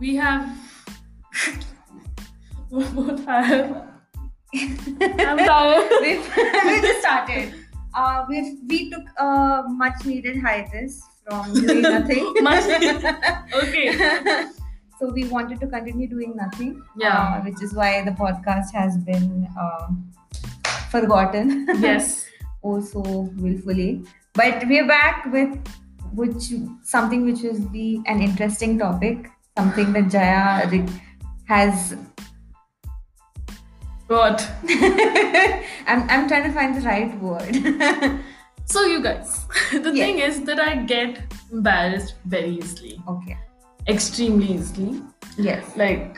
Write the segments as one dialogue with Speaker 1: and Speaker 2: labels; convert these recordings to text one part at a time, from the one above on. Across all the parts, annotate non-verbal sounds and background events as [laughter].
Speaker 1: we have [laughs] we both have. I'm tired.
Speaker 2: we've, we just started. [laughs] Uh, we've, we took a much needed hiatus from doing
Speaker 1: [laughs]
Speaker 2: nothing.
Speaker 1: Okay.
Speaker 2: [laughs] so we wanted to continue doing nothing.
Speaker 1: Yeah.
Speaker 2: uh, which is why the podcast has been um forgotten. [laughs]
Speaker 1: Yes.
Speaker 2: also willfully. But we're back with which something which is be an interesting topic. Something that Jaya re- has. [laughs]
Speaker 1: God.
Speaker 2: I'm I'm trying to find the right word. [laughs]
Speaker 1: So you guys, [laughs] the
Speaker 2: Yeah.
Speaker 1: thing is that I get embarrassed very easily,
Speaker 2: okay.
Speaker 1: extremely easily.
Speaker 2: Yes.
Speaker 1: Like.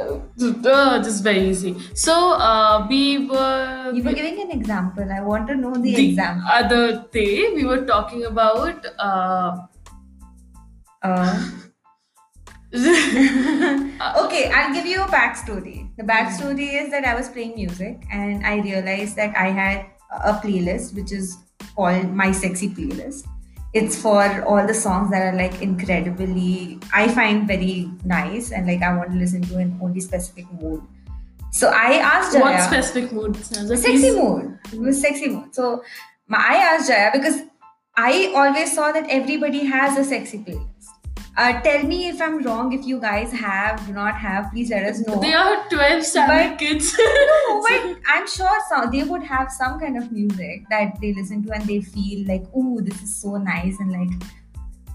Speaker 1: Uh, uh, just very easy. So uh, we were
Speaker 2: You were giving an example. I want to know the,
Speaker 1: the
Speaker 2: example.
Speaker 1: other day we were talking about uh, [laughs]
Speaker 2: Uh,
Speaker 1: uh,
Speaker 2: okay, I'll give you a backstory. The backstory is that I was playing music and I realized that I had a playlist which is called My Sexy Playlist. It's for all the songs that are like incredibly, I find very nice and like I want to listen to in only specific mood. So I asked Jaya.
Speaker 1: what specific mood sounds like
Speaker 2: sexy mood. It was sexy mood. So my, I asked Jaya because I always saw that everybody has a sexy playlist. Uh, tell me if I'm wrong. If you guys have, do not have, please let us know.
Speaker 1: They are 12 savage kids. [laughs]
Speaker 2: No, but I'm sure some, they would have some kind of music that they listen to and they feel like, oh, this is so nice. And like,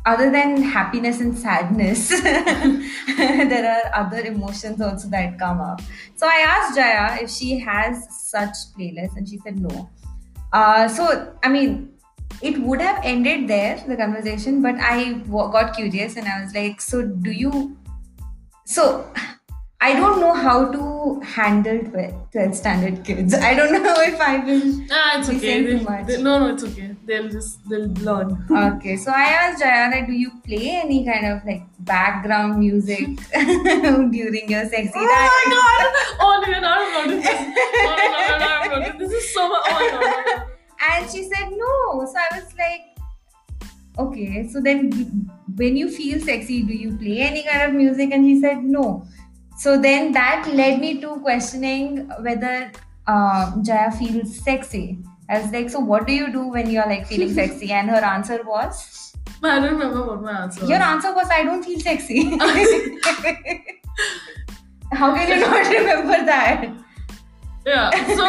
Speaker 2: other than happiness and sadness, [laughs] there are other emotions also that come up. So I asked Jaya if she has such playlists, and she said no. Uh, so, I mean, it would have ended there, the conversation, but I w- got curious and I was like, so do you. So, I don't know how to handle 12, 12 standard kids. I don't know if I will.
Speaker 1: nah, it's
Speaker 2: We
Speaker 1: okay.
Speaker 2: say too
Speaker 1: They'll-
Speaker 2: much.
Speaker 1: they- no, no, it's okay. They'll just they'll learn.
Speaker 2: Okay, so I asked Jaya, like, do you play any kind of like background music [laughs] during your sexy
Speaker 1: Oh my god! Oh, no, no, no, no, this is, no, no, no, no, no, no, this is so much. Oh my god! no, no.
Speaker 2: And she said no. So I was like, okay. So then, when you feel sexy, do you play any kind of music? And he said no. So then that led me to questioning whether uh, Jaya feels sexy. I was like, so what do you do when you're like feeling sexy? And her answer was,
Speaker 1: But I don't remember what my answer was.
Speaker 2: your answer was, I don't feel sexy. [laughs] How can you not remember that?
Speaker 1: Yeah, so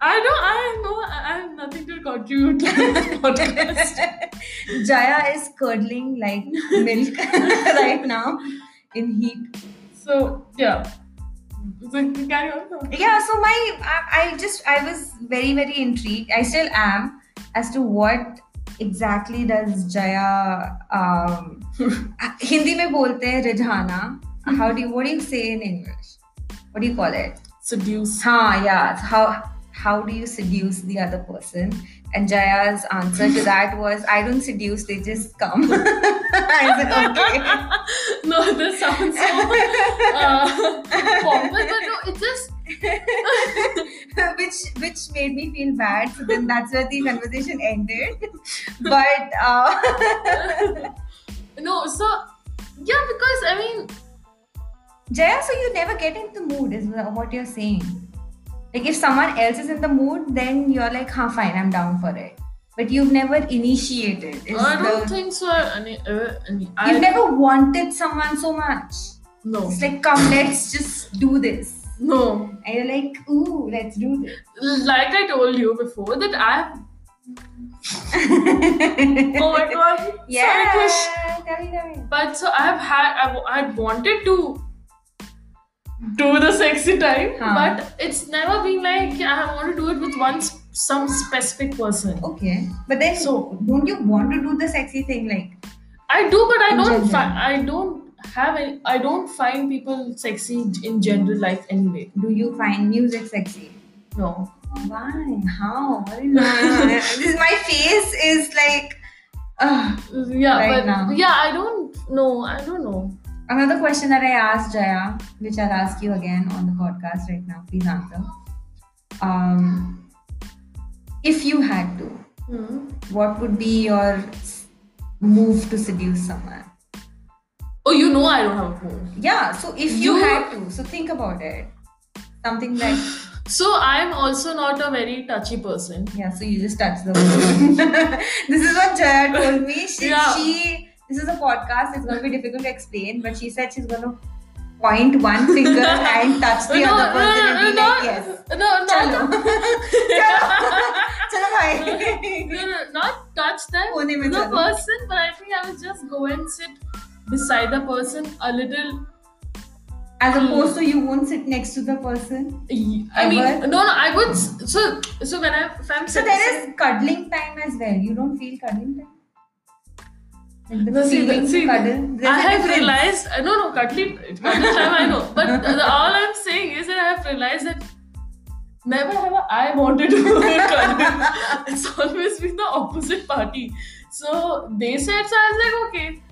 Speaker 1: I don't, I know, I I have nothing to contribute to this podcast.
Speaker 2: [laughs] Jaya is curdling like milk [laughs] right now in heat.
Speaker 1: So, yeah. So, carry on.
Speaker 2: Yeah, so my I, I just I was very very intrigued. I still am as to what exactly does Jaya um, Hindi mein bolte hai rijhana. How do you what do you say in English? What do you call it?
Speaker 1: Seduce.
Speaker 2: Huh, yeah. How how do you seduce the other person? And Jaya's answer to that was, I don't seduce, they just come. [laughs] I said, okay.
Speaker 1: no, this sounds so uh, pompous, but no, it's just
Speaker 2: [laughs] which which made me feel bad. So then that's where the conversation ended. [laughs] But uh,
Speaker 1: no. So yeah, because I mean,
Speaker 2: Jaya, so you never get into the mood, is what you're saying. Like if someone else is in the mood, then you're like, huh, fine, I'm down for it. But you've never initiated. is
Speaker 1: I don't
Speaker 2: the-
Speaker 1: think so. I mean, uh, I, mean,
Speaker 2: you've
Speaker 1: I
Speaker 2: never wanted someone so much.
Speaker 1: no,
Speaker 2: It's like, come, let's just do this.
Speaker 1: no.
Speaker 2: And you're like, ooh, let's do this.
Speaker 1: Like I told you before, that
Speaker 2: [laughs]
Speaker 1: I. [laughs] oh my god!
Speaker 2: Yeah.
Speaker 1: Sorry, Krish.
Speaker 2: Tell me, tell me.
Speaker 1: But so I've had, I've, I'd wanted to do the sexy time,
Speaker 2: Huh.
Speaker 1: but it's never been like I want to do it with one s- some specific person.
Speaker 2: Okay. But then
Speaker 1: So-
Speaker 2: don't you want to do the sexy thing like
Speaker 1: I do, but I
Speaker 2: In
Speaker 1: don't.
Speaker 2: general.
Speaker 1: Fi- I don't have. Any, I don't find people sexy in general life anyway.
Speaker 2: do you find music sexy?
Speaker 1: No.
Speaker 2: Why? How? What is [laughs] this my face is like ugh.
Speaker 1: Yeah,
Speaker 2: Right
Speaker 1: but
Speaker 2: now.
Speaker 1: yeah, I don't know. I don't know.
Speaker 2: another question that I asked Jaya, which I'll ask you again on the podcast right now. Please answer. Um, if you had to, Hmm. what would be your s- move to seduce someone?
Speaker 1: Oh, you know I don't have a phone.
Speaker 2: Yeah, so if you,
Speaker 1: You-
Speaker 2: had to, so think about it. Something
Speaker 1: [sighs]
Speaker 2: like,
Speaker 1: So I'm also not a very touchy person.
Speaker 2: yeah, so you just touch the phone. [laughs] this is what Jaya told me. She,
Speaker 1: Yeah.
Speaker 2: she, this is a podcast, it's going to be difficult to explain, but she said she's going to point one finger and touch the
Speaker 1: [laughs] no,
Speaker 2: other person and be
Speaker 1: no,
Speaker 2: like, yes. [laughs]
Speaker 1: no, no,
Speaker 2: Chalo.
Speaker 1: not,
Speaker 2: Chalo
Speaker 1: [laughs]
Speaker 2: bhai.
Speaker 1: no, no, not touch them.
Speaker 2: Pune mein
Speaker 1: the
Speaker 2: chalo.
Speaker 1: person, but I think I would just go and sit beside the person a little.
Speaker 2: As opposed to you won't sit next to the person.
Speaker 1: I mean,
Speaker 2: Ever?
Speaker 1: no, no, I would. s- So, so when I, if I'm
Speaker 2: So there is cuddling time as well. You don't feel cuddling time? Like the
Speaker 1: No, see,
Speaker 2: feeling
Speaker 1: the- see,
Speaker 2: to cuddle. There's
Speaker 1: I
Speaker 2: a
Speaker 1: have
Speaker 2: difference.
Speaker 1: realized. uh, No, no, cuddling, cuddling time I know. But the, all I'm saying is that I have realized that never have I wanted to [laughs] cuddle. It's always been the opposite party. So they said, so I was like, okay.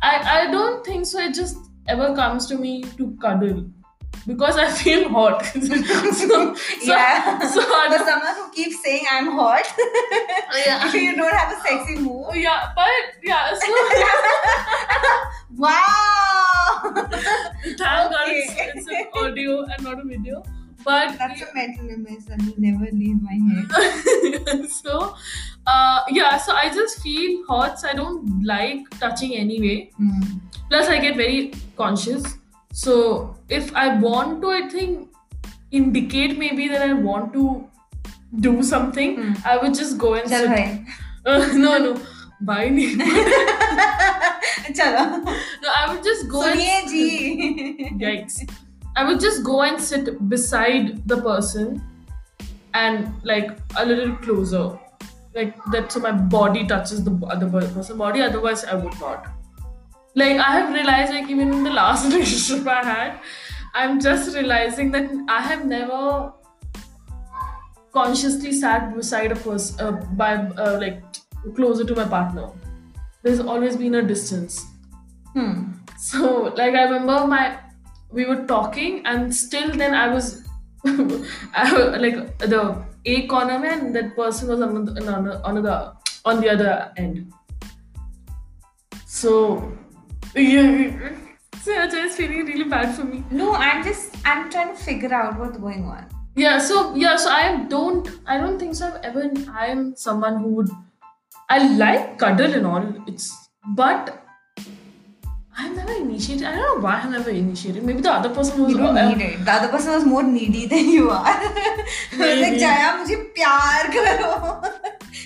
Speaker 1: I, I don't think so. It just ever comes to me to cuddle because I feel hot. [laughs] so, so,
Speaker 2: yeah.
Speaker 1: so I
Speaker 2: For someone who keeps saying I'm hot, [laughs]
Speaker 1: don't- yeah.
Speaker 2: if you don't have a sexy move.
Speaker 1: Yeah, but yeah, so
Speaker 2: Wow! [laughs]
Speaker 1: Thank God
Speaker 2: Okay.
Speaker 1: it's, it's an audio and not a video. But [laughs]
Speaker 2: That's a mental image that will never leave my head.
Speaker 1: so, uh, yeah, so I just feel hot. So I don't like touching anyway.
Speaker 2: Mm.
Speaker 1: Plus, I get very conscious. So if I want to, I think indicate maybe that I want to do something.
Speaker 2: Hmm.
Speaker 1: I would just go and
Speaker 2: Chalo
Speaker 1: sit.
Speaker 2: bhai.
Speaker 1: [laughs]
Speaker 2: [laughs]
Speaker 1: no, no, bye. [laughs] No,
Speaker 2: Chalo.
Speaker 1: I would just go and [laughs]
Speaker 2: Suniye ji.
Speaker 1: Yikes. I would just go and sit beside the person and like a little closer. Like that so my body touches the bo- other bo- person body, otherwise I would not. Like I have realized like even in the last [laughs] relationship I had, I'm just realizing that I have never consciously sat beside a person uh, by uh, like closer to my partner. There's always been a distance.
Speaker 2: Hmm.
Speaker 1: So, like, I remember my we were talking, and still then I was [laughs] I, wa- like the A corner mein and that person was on the, on, the, on, the, on the other end. So, [laughs] yeah, so Ajay is feeling really bad for me.
Speaker 2: No, I'm just I'm trying to figure out what's going on.
Speaker 1: Yeah, so yeah, so I don't I don't think so. I've ever I'm someone who would I like cuddle and all. It's but I've never initiated. I don't know why I've never initiated. Maybe the other person was
Speaker 2: You don't
Speaker 1: uh, [laughs]
Speaker 2: need it. The other person was more needy than you are. [laughs] I was like,
Speaker 1: Maybe.
Speaker 2: Jaya, मुझे प्यार करो.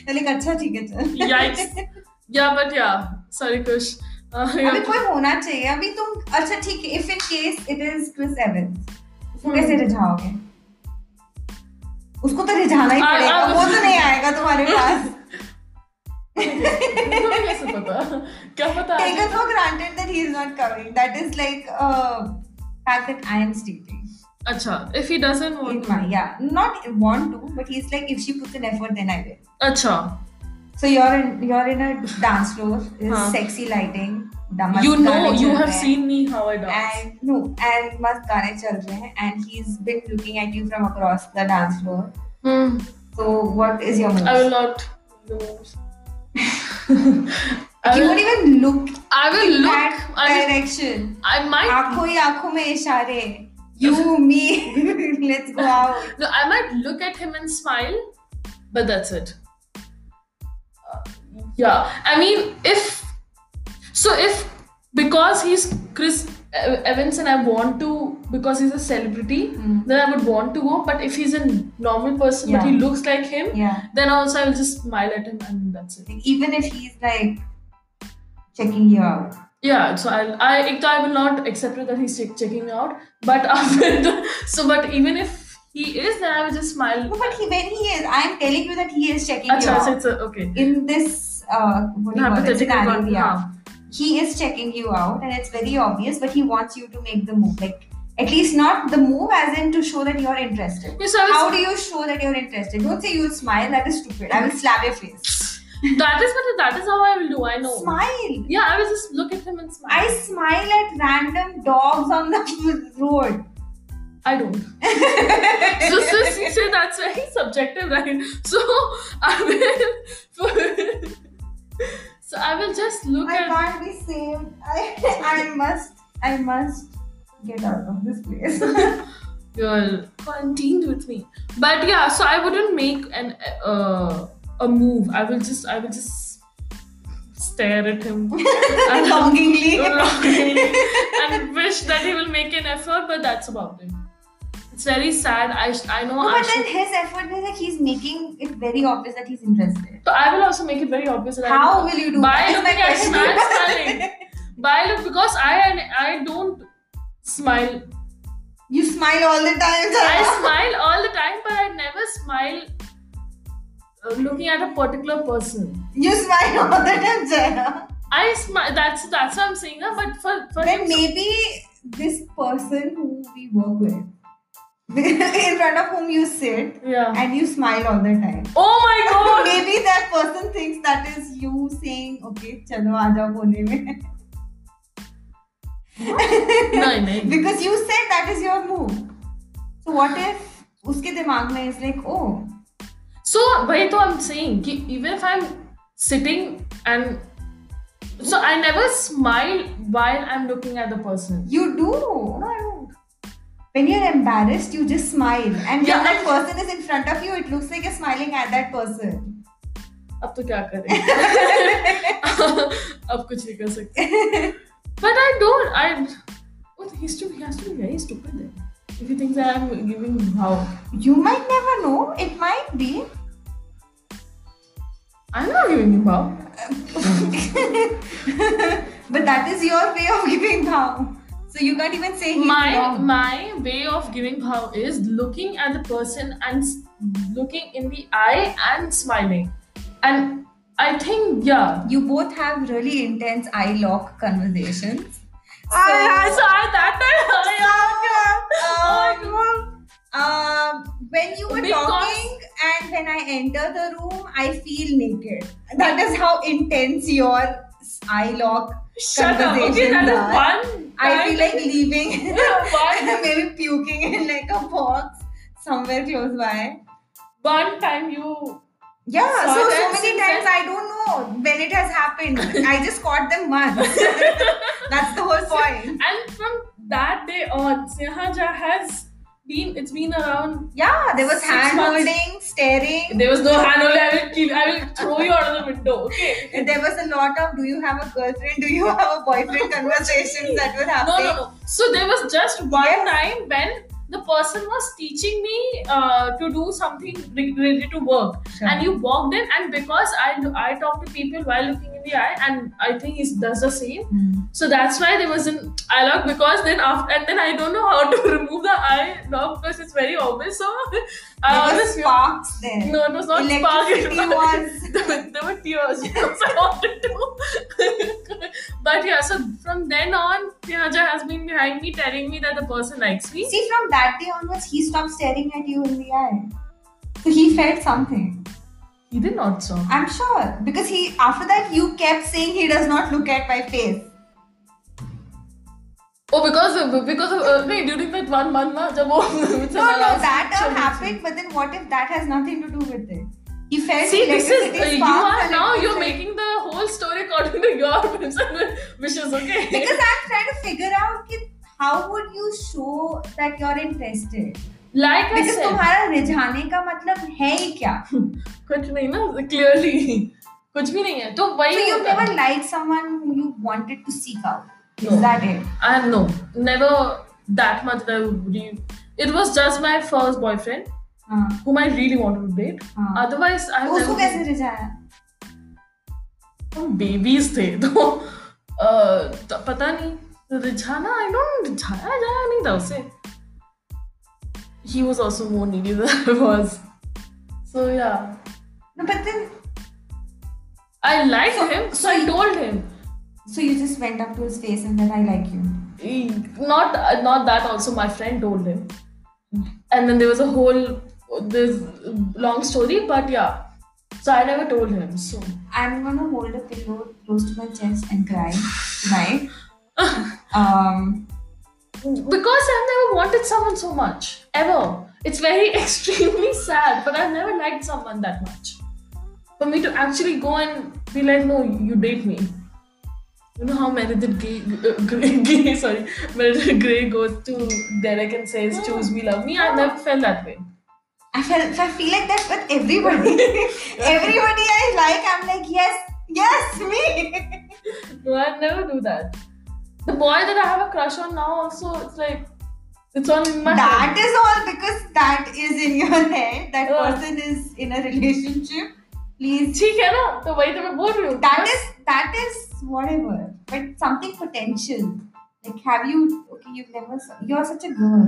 Speaker 2: They're like, अच्छा ठीक है चल.
Speaker 1: Yikes. Yeah, but yeah. Sorry, Kush. Uh,
Speaker 2: अभी
Speaker 1: yeah.
Speaker 2: कोई होना चाहिए अभी तुम अच्छा ठीक है if in case it is Chris Evans उसको
Speaker 1: Hmm. [laughs]
Speaker 2: कैसे रिझाओगे उसको तो रिझाना ही
Speaker 1: I- I
Speaker 2: पड़ेगा
Speaker 1: was-
Speaker 2: वो तो नहीं आएगा तुम्हारे [laughs] पास
Speaker 1: तुम्हें कैसे पता? क्या पता?
Speaker 2: take it for granted that he is not coming that is like a fact that I am stating
Speaker 1: अच्छा, if he doesn't want
Speaker 2: It
Speaker 1: to.
Speaker 2: might, yeah not want to but he's like if she puts an effort then I will
Speaker 1: अच्छा,
Speaker 2: So you're in you're in a dance floor, there's
Speaker 1: Huh.
Speaker 2: sexy lighting, the mast
Speaker 1: you know,
Speaker 2: gaane
Speaker 1: you
Speaker 2: chal
Speaker 1: have
Speaker 2: rahe
Speaker 1: seen me how I
Speaker 2: hain,
Speaker 1: dance.
Speaker 2: and no and mast gaane chal rahe hain, and he's been looking at you from across the dance floor.
Speaker 1: Hmm.
Speaker 2: So what is your move?
Speaker 1: I will
Speaker 2: [laughs]
Speaker 1: not. No. I
Speaker 2: You
Speaker 1: will
Speaker 2: won't even look
Speaker 1: I will look.
Speaker 2: that
Speaker 1: I, will-
Speaker 2: direction.
Speaker 1: I might.
Speaker 2: आंखों ही आंखों में इशारे. You me, [laughs] let's go out.
Speaker 1: No, I might look at him and smile, but that's it. Uh, yeah, I mean, if so, if because he's Chris Ev- Evans and I want to because he's a celebrity,
Speaker 2: Mm.
Speaker 1: then I would want to go. But if he's a normal person, but he
Speaker 2: Yeah.
Speaker 1: looks like him,
Speaker 2: Yeah.
Speaker 1: then also I will just smile at him and that's it.
Speaker 2: Even if he's like checking you out.
Speaker 1: Yeah, so I'll, I ek to I will not accept it that he's check, checking me out, but [laughs] after the, so but even if he is, then I will just smile.
Speaker 2: No, but he when he is, I'm telling you that he is checking you
Speaker 1: Achha,
Speaker 2: out.
Speaker 1: so it's a, okay.
Speaker 2: in this uh, what do you call it,
Speaker 1: Hypothetical
Speaker 2: scenario,
Speaker 1: one,
Speaker 2: yeah,
Speaker 1: हाँ.
Speaker 2: he is checking you out, and it's very obvious, but he wants you to make the move. Like, at least not the move as in to show that you're interested.
Speaker 1: Yeah, so I
Speaker 2: How
Speaker 1: was,
Speaker 2: do you show that you're interested? Don't say you'll smile, that is stupid. I will slap your face.
Speaker 1: that is what that is how I will do. I know.
Speaker 2: Smile!
Speaker 1: Yeah, I will just look at him and smile.
Speaker 2: I smile at random dogs on the [laughs] road.
Speaker 1: I
Speaker 2: [laughs]
Speaker 1: don't. so, so, so, so that's very subjective, right? So I will. [laughs] so I will just look
Speaker 2: I
Speaker 1: at.
Speaker 2: can't be saved. I, [laughs] I must I must get out of this
Speaker 1: [laughs]
Speaker 2: place. [laughs]
Speaker 1: you're quarantined with me but yeah so i wouldn't make an uh, a move i will just i will just stare at
Speaker 2: [laughs]
Speaker 1: him and,
Speaker 2: Longingly.
Speaker 1: Oh, and wish that he will make an effort but that's about it it's very sad i sh- i know
Speaker 2: No,
Speaker 1: I,
Speaker 2: but then
Speaker 1: should,
Speaker 2: his effort is like he's making it very obvious that he's interested.
Speaker 1: but I will also make it very obvious that
Speaker 2: How
Speaker 1: I
Speaker 2: will you do
Speaker 1: By
Speaker 2: that?
Speaker 1: looking at
Speaker 2: That's my
Speaker 1: man
Speaker 2: question.
Speaker 1: smiling by look because i i don't smile
Speaker 2: [laughs] You smile all the time.
Speaker 1: I
Speaker 2: Sarah.
Speaker 1: smile all the time, but I never smile uh, looking at a particular person.
Speaker 2: You smile all the time, Jaya.
Speaker 1: I smile. That's that's what I'm saying. Huh? But for for
Speaker 2: Then
Speaker 1: him-
Speaker 2: maybe this person who we work with, [laughs] in front of whom you sit
Speaker 1: yeah.
Speaker 2: and you smile all the time.
Speaker 1: [laughs] Oh my
Speaker 2: [laughs]
Speaker 1: god!
Speaker 2: maybe that person thinks that is you saying, okay, chalo aaja kone mein.
Speaker 1: no, no.
Speaker 2: Because you said that is your move. So what if उसके दिमाग में is like, oh,
Speaker 1: So, वही तो I'm saying कि even if I'm sitting and so I never smile while I'm looking at the person.
Speaker 2: you do. No, I don't. When you're embarrassed, you just smile. And
Speaker 1: Yeah,
Speaker 2: when that
Speaker 1: I-
Speaker 2: person is in front of you, it looks like you're smiling at that person.
Speaker 1: अब तो क्या [laughs] करें? अब कुछ नहीं कर सकते. But I don't. I. Well, he's too. He has to be very stupid then. If he thinks that I'm giving how.
Speaker 2: You might never know. It might be. [laughs]
Speaker 1: I'm not giving you bow.
Speaker 2: But that is your way of giving bhav. So you can't even say he's
Speaker 1: My
Speaker 2: wrong.
Speaker 1: my way of giving bow is looking at the person and s- looking in the eye and smiling, and I think yeah.
Speaker 2: You both have really intense eye lock conversations.
Speaker 1: I, I, so I that oh time I,
Speaker 2: So, um, um, when you were
Speaker 1: Because-
Speaker 2: talking and when I enter the room, I feel naked. That is how intense your eye lock.
Speaker 1: shut up. Okay,
Speaker 2: Conversations
Speaker 1: that
Speaker 2: are-
Speaker 1: is one.
Speaker 2: I
Speaker 1: time-
Speaker 2: feel like leaving, [laughs]
Speaker 1: one,
Speaker 2: maybe puking in like a box somewhere close by.
Speaker 1: one time you
Speaker 2: Yeah,
Speaker 1: So
Speaker 2: so so,
Speaker 1: that's
Speaker 2: many
Speaker 1: intense.
Speaker 2: times I don't know when it has
Speaker 1: [laughs]
Speaker 2: happened. I just caught them once. That's the whole point.
Speaker 1: and from that day on, Snehaja has been. It's been around.
Speaker 2: Yeah, there was
Speaker 1: Six
Speaker 2: hand
Speaker 1: months.
Speaker 2: holding, staring.
Speaker 1: There was no hand only. I will kill. I will throw you out of the window. Okay.
Speaker 2: And there was a lot of do you have a girlfriend do you have a boyfriend conversations that were
Speaker 1: no,
Speaker 2: happening
Speaker 1: no, no. So there was just one
Speaker 2: Yes.
Speaker 1: time when the person was teaching me uh, to do something re- related to work, and you walked in, and because I I talk to people while looking in the eye, and I think he does the same.
Speaker 2: Mm.
Speaker 1: So that's why there was an eye lock because then after and then I don't know how to [laughs] remove the eye lock because it's very obvious. So [laughs]
Speaker 2: there
Speaker 1: I
Speaker 2: were
Speaker 1: always
Speaker 2: sparks there
Speaker 1: no, it was not spark. It
Speaker 2: electricity
Speaker 1: was-
Speaker 2: was
Speaker 1: [laughs] there were- there were tears because I wanted to. [laughs] but yeah, so from then on, Tinaja has been behind me telling me that the person likes [laughs] me.
Speaker 2: see from that day onwards he stopped staring at you in the eye so he felt something
Speaker 1: He did not so.
Speaker 2: I'm sure because he after that you kept saying he does not look at my face
Speaker 1: Oh, because of, because of, uh, no, during that one month, na, jab [laughs] wo,
Speaker 2: no no that all happened but then what if that has nothing to do with it he felt
Speaker 1: See, this is
Speaker 2: electricity,
Speaker 1: uh, you
Speaker 2: sparks,
Speaker 1: are now you're
Speaker 2: electricity.
Speaker 1: making the whole story according to your [laughs] whims and wishes. Okay.
Speaker 2: because I'm trying to figure out कि how would you show that you're interested
Speaker 1: Like I
Speaker 2: because
Speaker 1: said,
Speaker 2: तुम्हारा रिझाने का मतलब है ही
Speaker 1: [laughs]
Speaker 2: क्या
Speaker 1: कुछ नहीं ना clearly कुछ भी नहीं है तो
Speaker 2: So
Speaker 1: वही
Speaker 2: you
Speaker 1: होता है।
Speaker 2: never liked someone who you wanted to seek out. Is
Speaker 1: No.
Speaker 2: that it?
Speaker 1: I no, never that much that I would really. It was just my first boyfriend
Speaker 2: हाँ,
Speaker 1: whom I really wanted to date.
Speaker 2: हाँ.
Speaker 1: Otherwise, I
Speaker 2: तो
Speaker 1: have
Speaker 2: उसको
Speaker 1: never-
Speaker 2: कैसे रिझाया?
Speaker 1: हम [laughs] babies थे तो अह, तो पता नहीं रिझाना I don't रिझाया जाया नहीं था उसे. He was also more needy than I was. So yeah,
Speaker 2: No, but then
Speaker 1: I liked
Speaker 2: So-
Speaker 1: him, so,
Speaker 2: so
Speaker 1: I
Speaker 2: you-
Speaker 1: told him.
Speaker 2: so you just went up to his face and then I like you.
Speaker 1: He- Not not that also my friend told him. And then there was a whole this long story, but yeah. So I never told him. So
Speaker 2: I'm gonna hold a pillow close to my chest and cry tonight.
Speaker 1: [laughs]
Speaker 2: um,
Speaker 1: because I've never wanted someone so much ever. It's very [laughs] extremely sad, but I've never liked someone that much. For me to actually go and be like, no, you date me. You know how Meredith Gay, uh, Gray, [laughs] Gay, sorry, Meredith Grey goes to Derek and says, "Choose me, love me." I never felt that way.
Speaker 2: I felt I feel like that with everybody.
Speaker 1: [laughs]
Speaker 2: everybody I like, I'm like, yes, yes, me.
Speaker 1: No, I never do that. The boy that I have a crush on now, also, it's like it's all in my
Speaker 2: that is all because that is in your head. That
Speaker 1: Yeah.
Speaker 2: person is in a relationship. Please
Speaker 1: ठीक है ना तो वही तो मैं बोल रही हूँ
Speaker 2: that is that is whatever. But something potential. Like have you okay, you've never you're such a girl.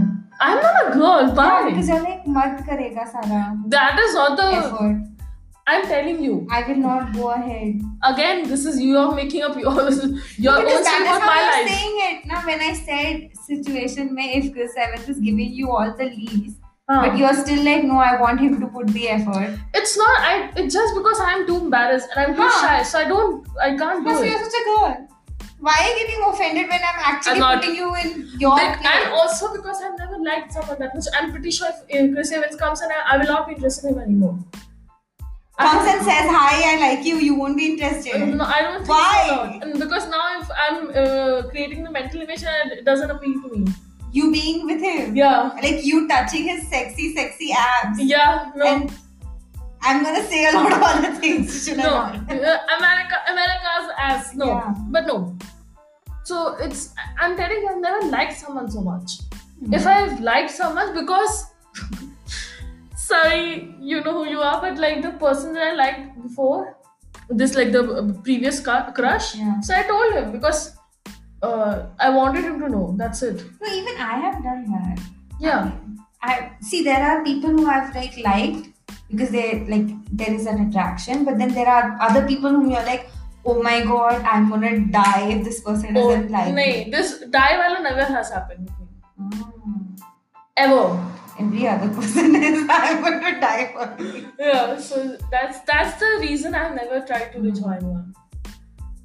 Speaker 1: I'm not a girl
Speaker 2: Yeah,
Speaker 1: bye
Speaker 2: because you're like mad karega Sara
Speaker 1: that is not the
Speaker 2: effort.
Speaker 1: I'm telling you
Speaker 2: I will not go ahead.
Speaker 1: again this is you are making up your your own
Speaker 2: Because
Speaker 1: story
Speaker 2: that is
Speaker 1: for
Speaker 2: how
Speaker 1: my
Speaker 2: you're
Speaker 1: life
Speaker 2: saying it. Now, when I said situation may if Chris Evans is giving you all the leaves,
Speaker 1: हाँ.
Speaker 2: but you're still like, no, I want him to put the effort.
Speaker 1: it's not I it's just because I'm too embarrassed and I'm too
Speaker 2: Huh.
Speaker 1: shy so I don't I can't do
Speaker 2: Because
Speaker 1: it
Speaker 2: you're such a girl. Why are you getting offended when I'm actually
Speaker 1: I'm not-
Speaker 2: putting you in your
Speaker 1: Like, and
Speaker 2: place?
Speaker 1: also because I've never liked someone that much, I'm pretty sure if uh, Chris Evans comes and I, I will not be interested in him anymore.
Speaker 2: Comes
Speaker 1: I,
Speaker 2: and says, hi, I like you, you won't be interested.
Speaker 1: no, I don't think
Speaker 2: Why?
Speaker 1: so. And because now if I'm uh, creating the mental image, and it doesn't appeal to me.
Speaker 2: You being with him.
Speaker 1: Yeah,
Speaker 2: Like you touching his sexy, sexy abs.
Speaker 1: yeah, no.
Speaker 2: And I'm gonna say a lot of other things, should
Speaker 1: no,
Speaker 2: I not?
Speaker 1: Uh, America, America's ass. No,
Speaker 2: Yeah.
Speaker 1: but no. So it's I- I'm telling you, I've never liked someone so much.
Speaker 2: Hmm.
Speaker 1: If I've liked someone, because [laughs] sorry, you know who you are, but like the person that I liked before, this like the uh, previous cu- crush.
Speaker 2: Yeah.
Speaker 1: So I told him because uh, I wanted him to know. That's it.
Speaker 2: No, even I have done that.
Speaker 1: Yeah.
Speaker 2: I see there are people who I've like liked because they like there is an attraction, but then there are other people whom you're like, oh my god, I'm gonna die if this person
Speaker 1: Oh,
Speaker 2: doesn't like me.
Speaker 1: nay, this die wala never has happened with me
Speaker 2: Mm.
Speaker 1: ever.
Speaker 2: Every other [laughs] person is I'm gonna die for me.
Speaker 1: Yeah, so that's that's the reason I've never tried to reach anyone.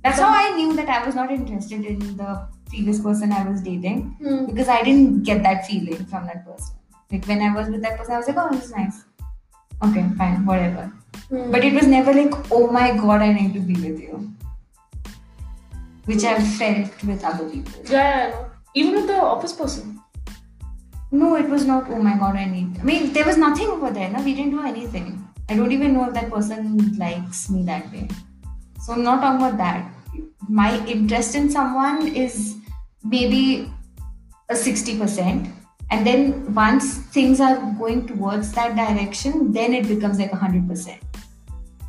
Speaker 2: That's how I knew that I was not interested in the previous person I was dating
Speaker 1: Hmm.
Speaker 2: because I didn't get that feeling from that person. Like when I was with that person, I was like, oh, this is nice. Okay, fine, whatever.
Speaker 1: Hmm.
Speaker 2: But it was never like, oh my god, I need to be with you. Which I've felt with other people.
Speaker 1: yeah, yeah, I know. Even with the office person.
Speaker 2: No, it was not, oh my god, I need. I mean, there was nothing over there, no? We didn't do anything. I don't even know if that person likes me that way. So I'm not talking about that. My interest in someone is maybe a 60%. And then once things are going towards that direction, then it becomes like 100%.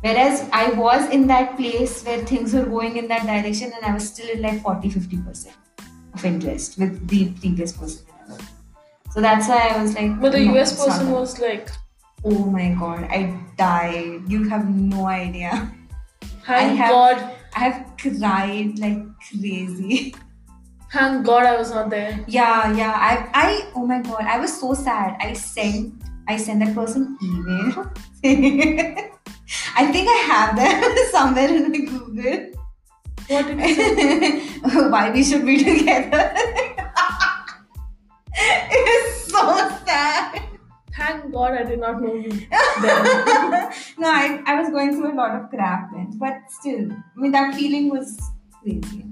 Speaker 2: Whereas I was in that place where things were going in that direction and I was still in like 40 50% of interest with the previous person. that I was with. So that's why I was like,
Speaker 1: But the
Speaker 2: no,
Speaker 1: US
Speaker 2: it's not
Speaker 1: person
Speaker 2: that.
Speaker 1: was like,
Speaker 2: oh my god, I died. You have no idea.
Speaker 1: thank
Speaker 2: have-
Speaker 1: God,
Speaker 2: I have cried like crazy. [laughs]
Speaker 1: thank God I was not there.
Speaker 2: Yeah, yeah. I, I, oh my god, I was so sad. I sent, I sent that person email. [laughs] I think I have that [laughs] somewhere in my Google. [laughs]
Speaker 1: What did you say? [laughs]
Speaker 2: Why we should be together? [laughs] it is so sad.
Speaker 1: thank God I did not know you then.
Speaker 2: No, I, I was going through a lot of crap then, but still, I mean that feeling was crazy.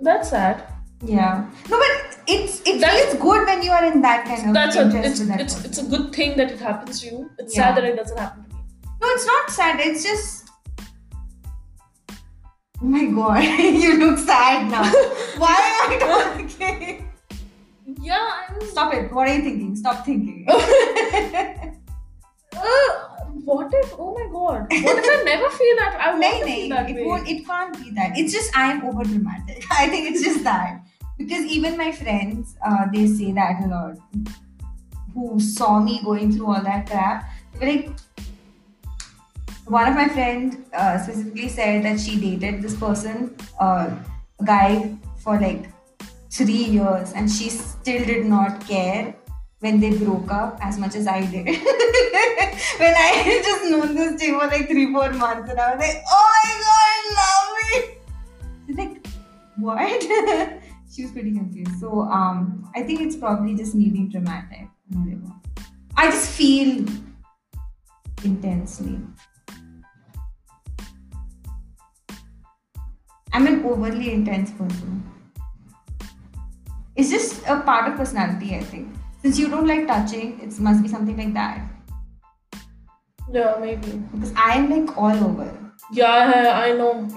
Speaker 1: That's sad.
Speaker 2: Yeah. No, but it's it
Speaker 1: That's-
Speaker 2: feels good when you are in that kind of
Speaker 1: That's a,
Speaker 2: interest
Speaker 1: it's,
Speaker 2: with that
Speaker 1: it's,
Speaker 2: person.
Speaker 1: it's a good thing that it happens to you. It's
Speaker 2: Yeah.
Speaker 1: sad that it doesn't happen to me.
Speaker 2: No, it's not sad. It's just. Oh my god, [laughs] you look
Speaker 1: [laughs]
Speaker 2: sad now. Why am I talking?
Speaker 1: Yeah, I'm.
Speaker 2: Stop it. What are you thinking? Stop
Speaker 1: [laughs]
Speaker 2: thinking. [laughs]
Speaker 1: Uh, what if? Oh my God. What if I never feel that? I
Speaker 2: Nay,
Speaker 1: want to
Speaker 2: nay,
Speaker 1: feel that
Speaker 2: it
Speaker 1: way.
Speaker 2: won't. It can't be that. It's just I am over dramatic. [laughs] I think it's just that because even my friends, uh, they say that a lot. Who saw me going through all that crap? They were like, one of my friends uh, specifically said that she dated this person, uh, a guy, for like three years, and she still did not care when they broke up as much as I did. [laughs] when I had just known this thing for like three, four months, and I was like, oh my god, love me. She's like, what? [laughs] she was pretty confused. So um, I think it's probably just me being dramatic. Whatever. I just feel intensely. I'm an overly intense person. It's just a part of personality, I think. Since you don't like touching, it must be something like that.
Speaker 1: Yeah, maybe.
Speaker 2: Because I am like all over.
Speaker 1: Yeah, I, I know.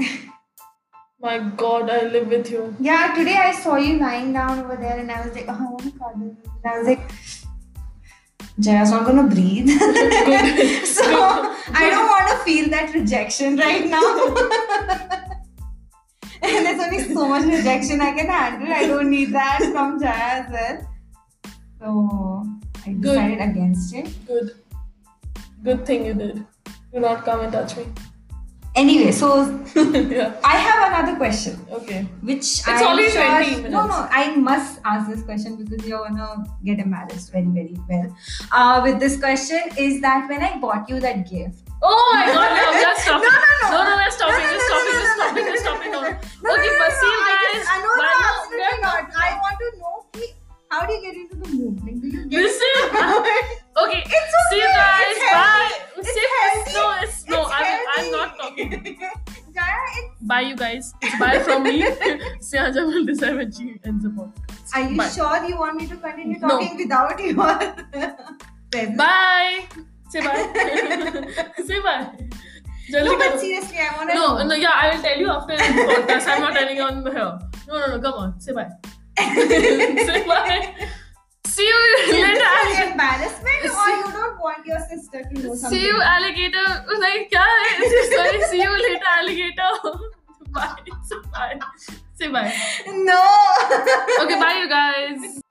Speaker 1: My God, I live with you.
Speaker 2: Yeah, today I saw you lying down over there and I was like, oh, I want to cuddle. And I was like, Jaya's not gonna breathe. [laughs]
Speaker 1: Good.
Speaker 2: so I don't want to feel that rejection right now. and there's only so much rejection I can handle. I don't need that from Jaya as well. So I decided against it.
Speaker 1: Good. Good thing you did. Do not come and touch me. [laughs]
Speaker 2: Anyway, so
Speaker 1: yeah.
Speaker 2: I have another question.
Speaker 1: Okay.
Speaker 2: Which it's
Speaker 1: only 20 minutes.
Speaker 2: No, no, I must ask this question because you're gonna get embarrassed very, very well. Uh, with this question is that when I bought you that gift.
Speaker 1: Oh my God! [laughs] No, we are stopping.
Speaker 2: No, no, no.
Speaker 1: No, no, we are stopping.
Speaker 2: No, no,
Speaker 1: we're
Speaker 2: no,
Speaker 1: stopping.
Speaker 2: no,
Speaker 1: we're
Speaker 2: no,
Speaker 1: stopping.
Speaker 2: no,
Speaker 1: we're stopping.
Speaker 2: no, no,
Speaker 1: No,
Speaker 2: no, no,
Speaker 1: Okay,
Speaker 2: no, no,
Speaker 1: Basil,
Speaker 2: no, I
Speaker 1: guys,
Speaker 2: just- I know,
Speaker 1: why
Speaker 2: no,
Speaker 1: not?
Speaker 2: absolutely not. I want to know please, how do you get into the mood? Like, do you
Speaker 1: [laughs]
Speaker 2: get
Speaker 1: Listen. Okay.
Speaker 2: It's okay.
Speaker 1: See you guys.
Speaker 2: It's
Speaker 1: Bye.
Speaker 2: healthy. It's
Speaker 1: See-
Speaker 2: healthy.
Speaker 1: No, it's no.
Speaker 2: It's
Speaker 1: I'm, I'm
Speaker 2: healthy.
Speaker 1: not talking.
Speaker 2: [laughs] Jaya, it's,
Speaker 1: Bye, you guys. It's bye from
Speaker 2: [laughs]
Speaker 1: me. Siaja will decide when she ends the podcast.
Speaker 2: are you
Speaker 1: bye.
Speaker 2: sure you want me to continue
Speaker 1: No.
Speaker 2: talking without [laughs] your presence?
Speaker 1: Bye. Say bye. [laughs] Say bye.
Speaker 2: No,
Speaker 1: Jaldi
Speaker 2: but
Speaker 1: karo.
Speaker 2: seriously, I want to
Speaker 1: no, no, yeah, I will tell you after the podcast. I'm not telling you on here. No, no, no, come on. Say
Speaker 2: [laughs]
Speaker 1: bye. Say bye. See you
Speaker 2: Is
Speaker 1: later.
Speaker 2: it embarrassment or
Speaker 1: See-
Speaker 2: you don't want your sister to know something?
Speaker 1: See you, alligator. Like, क्या है? Sorry, see you later, alligator. [laughs] Bye. Say bye. Say bye.
Speaker 2: No.
Speaker 1: Okay, bye, you guys.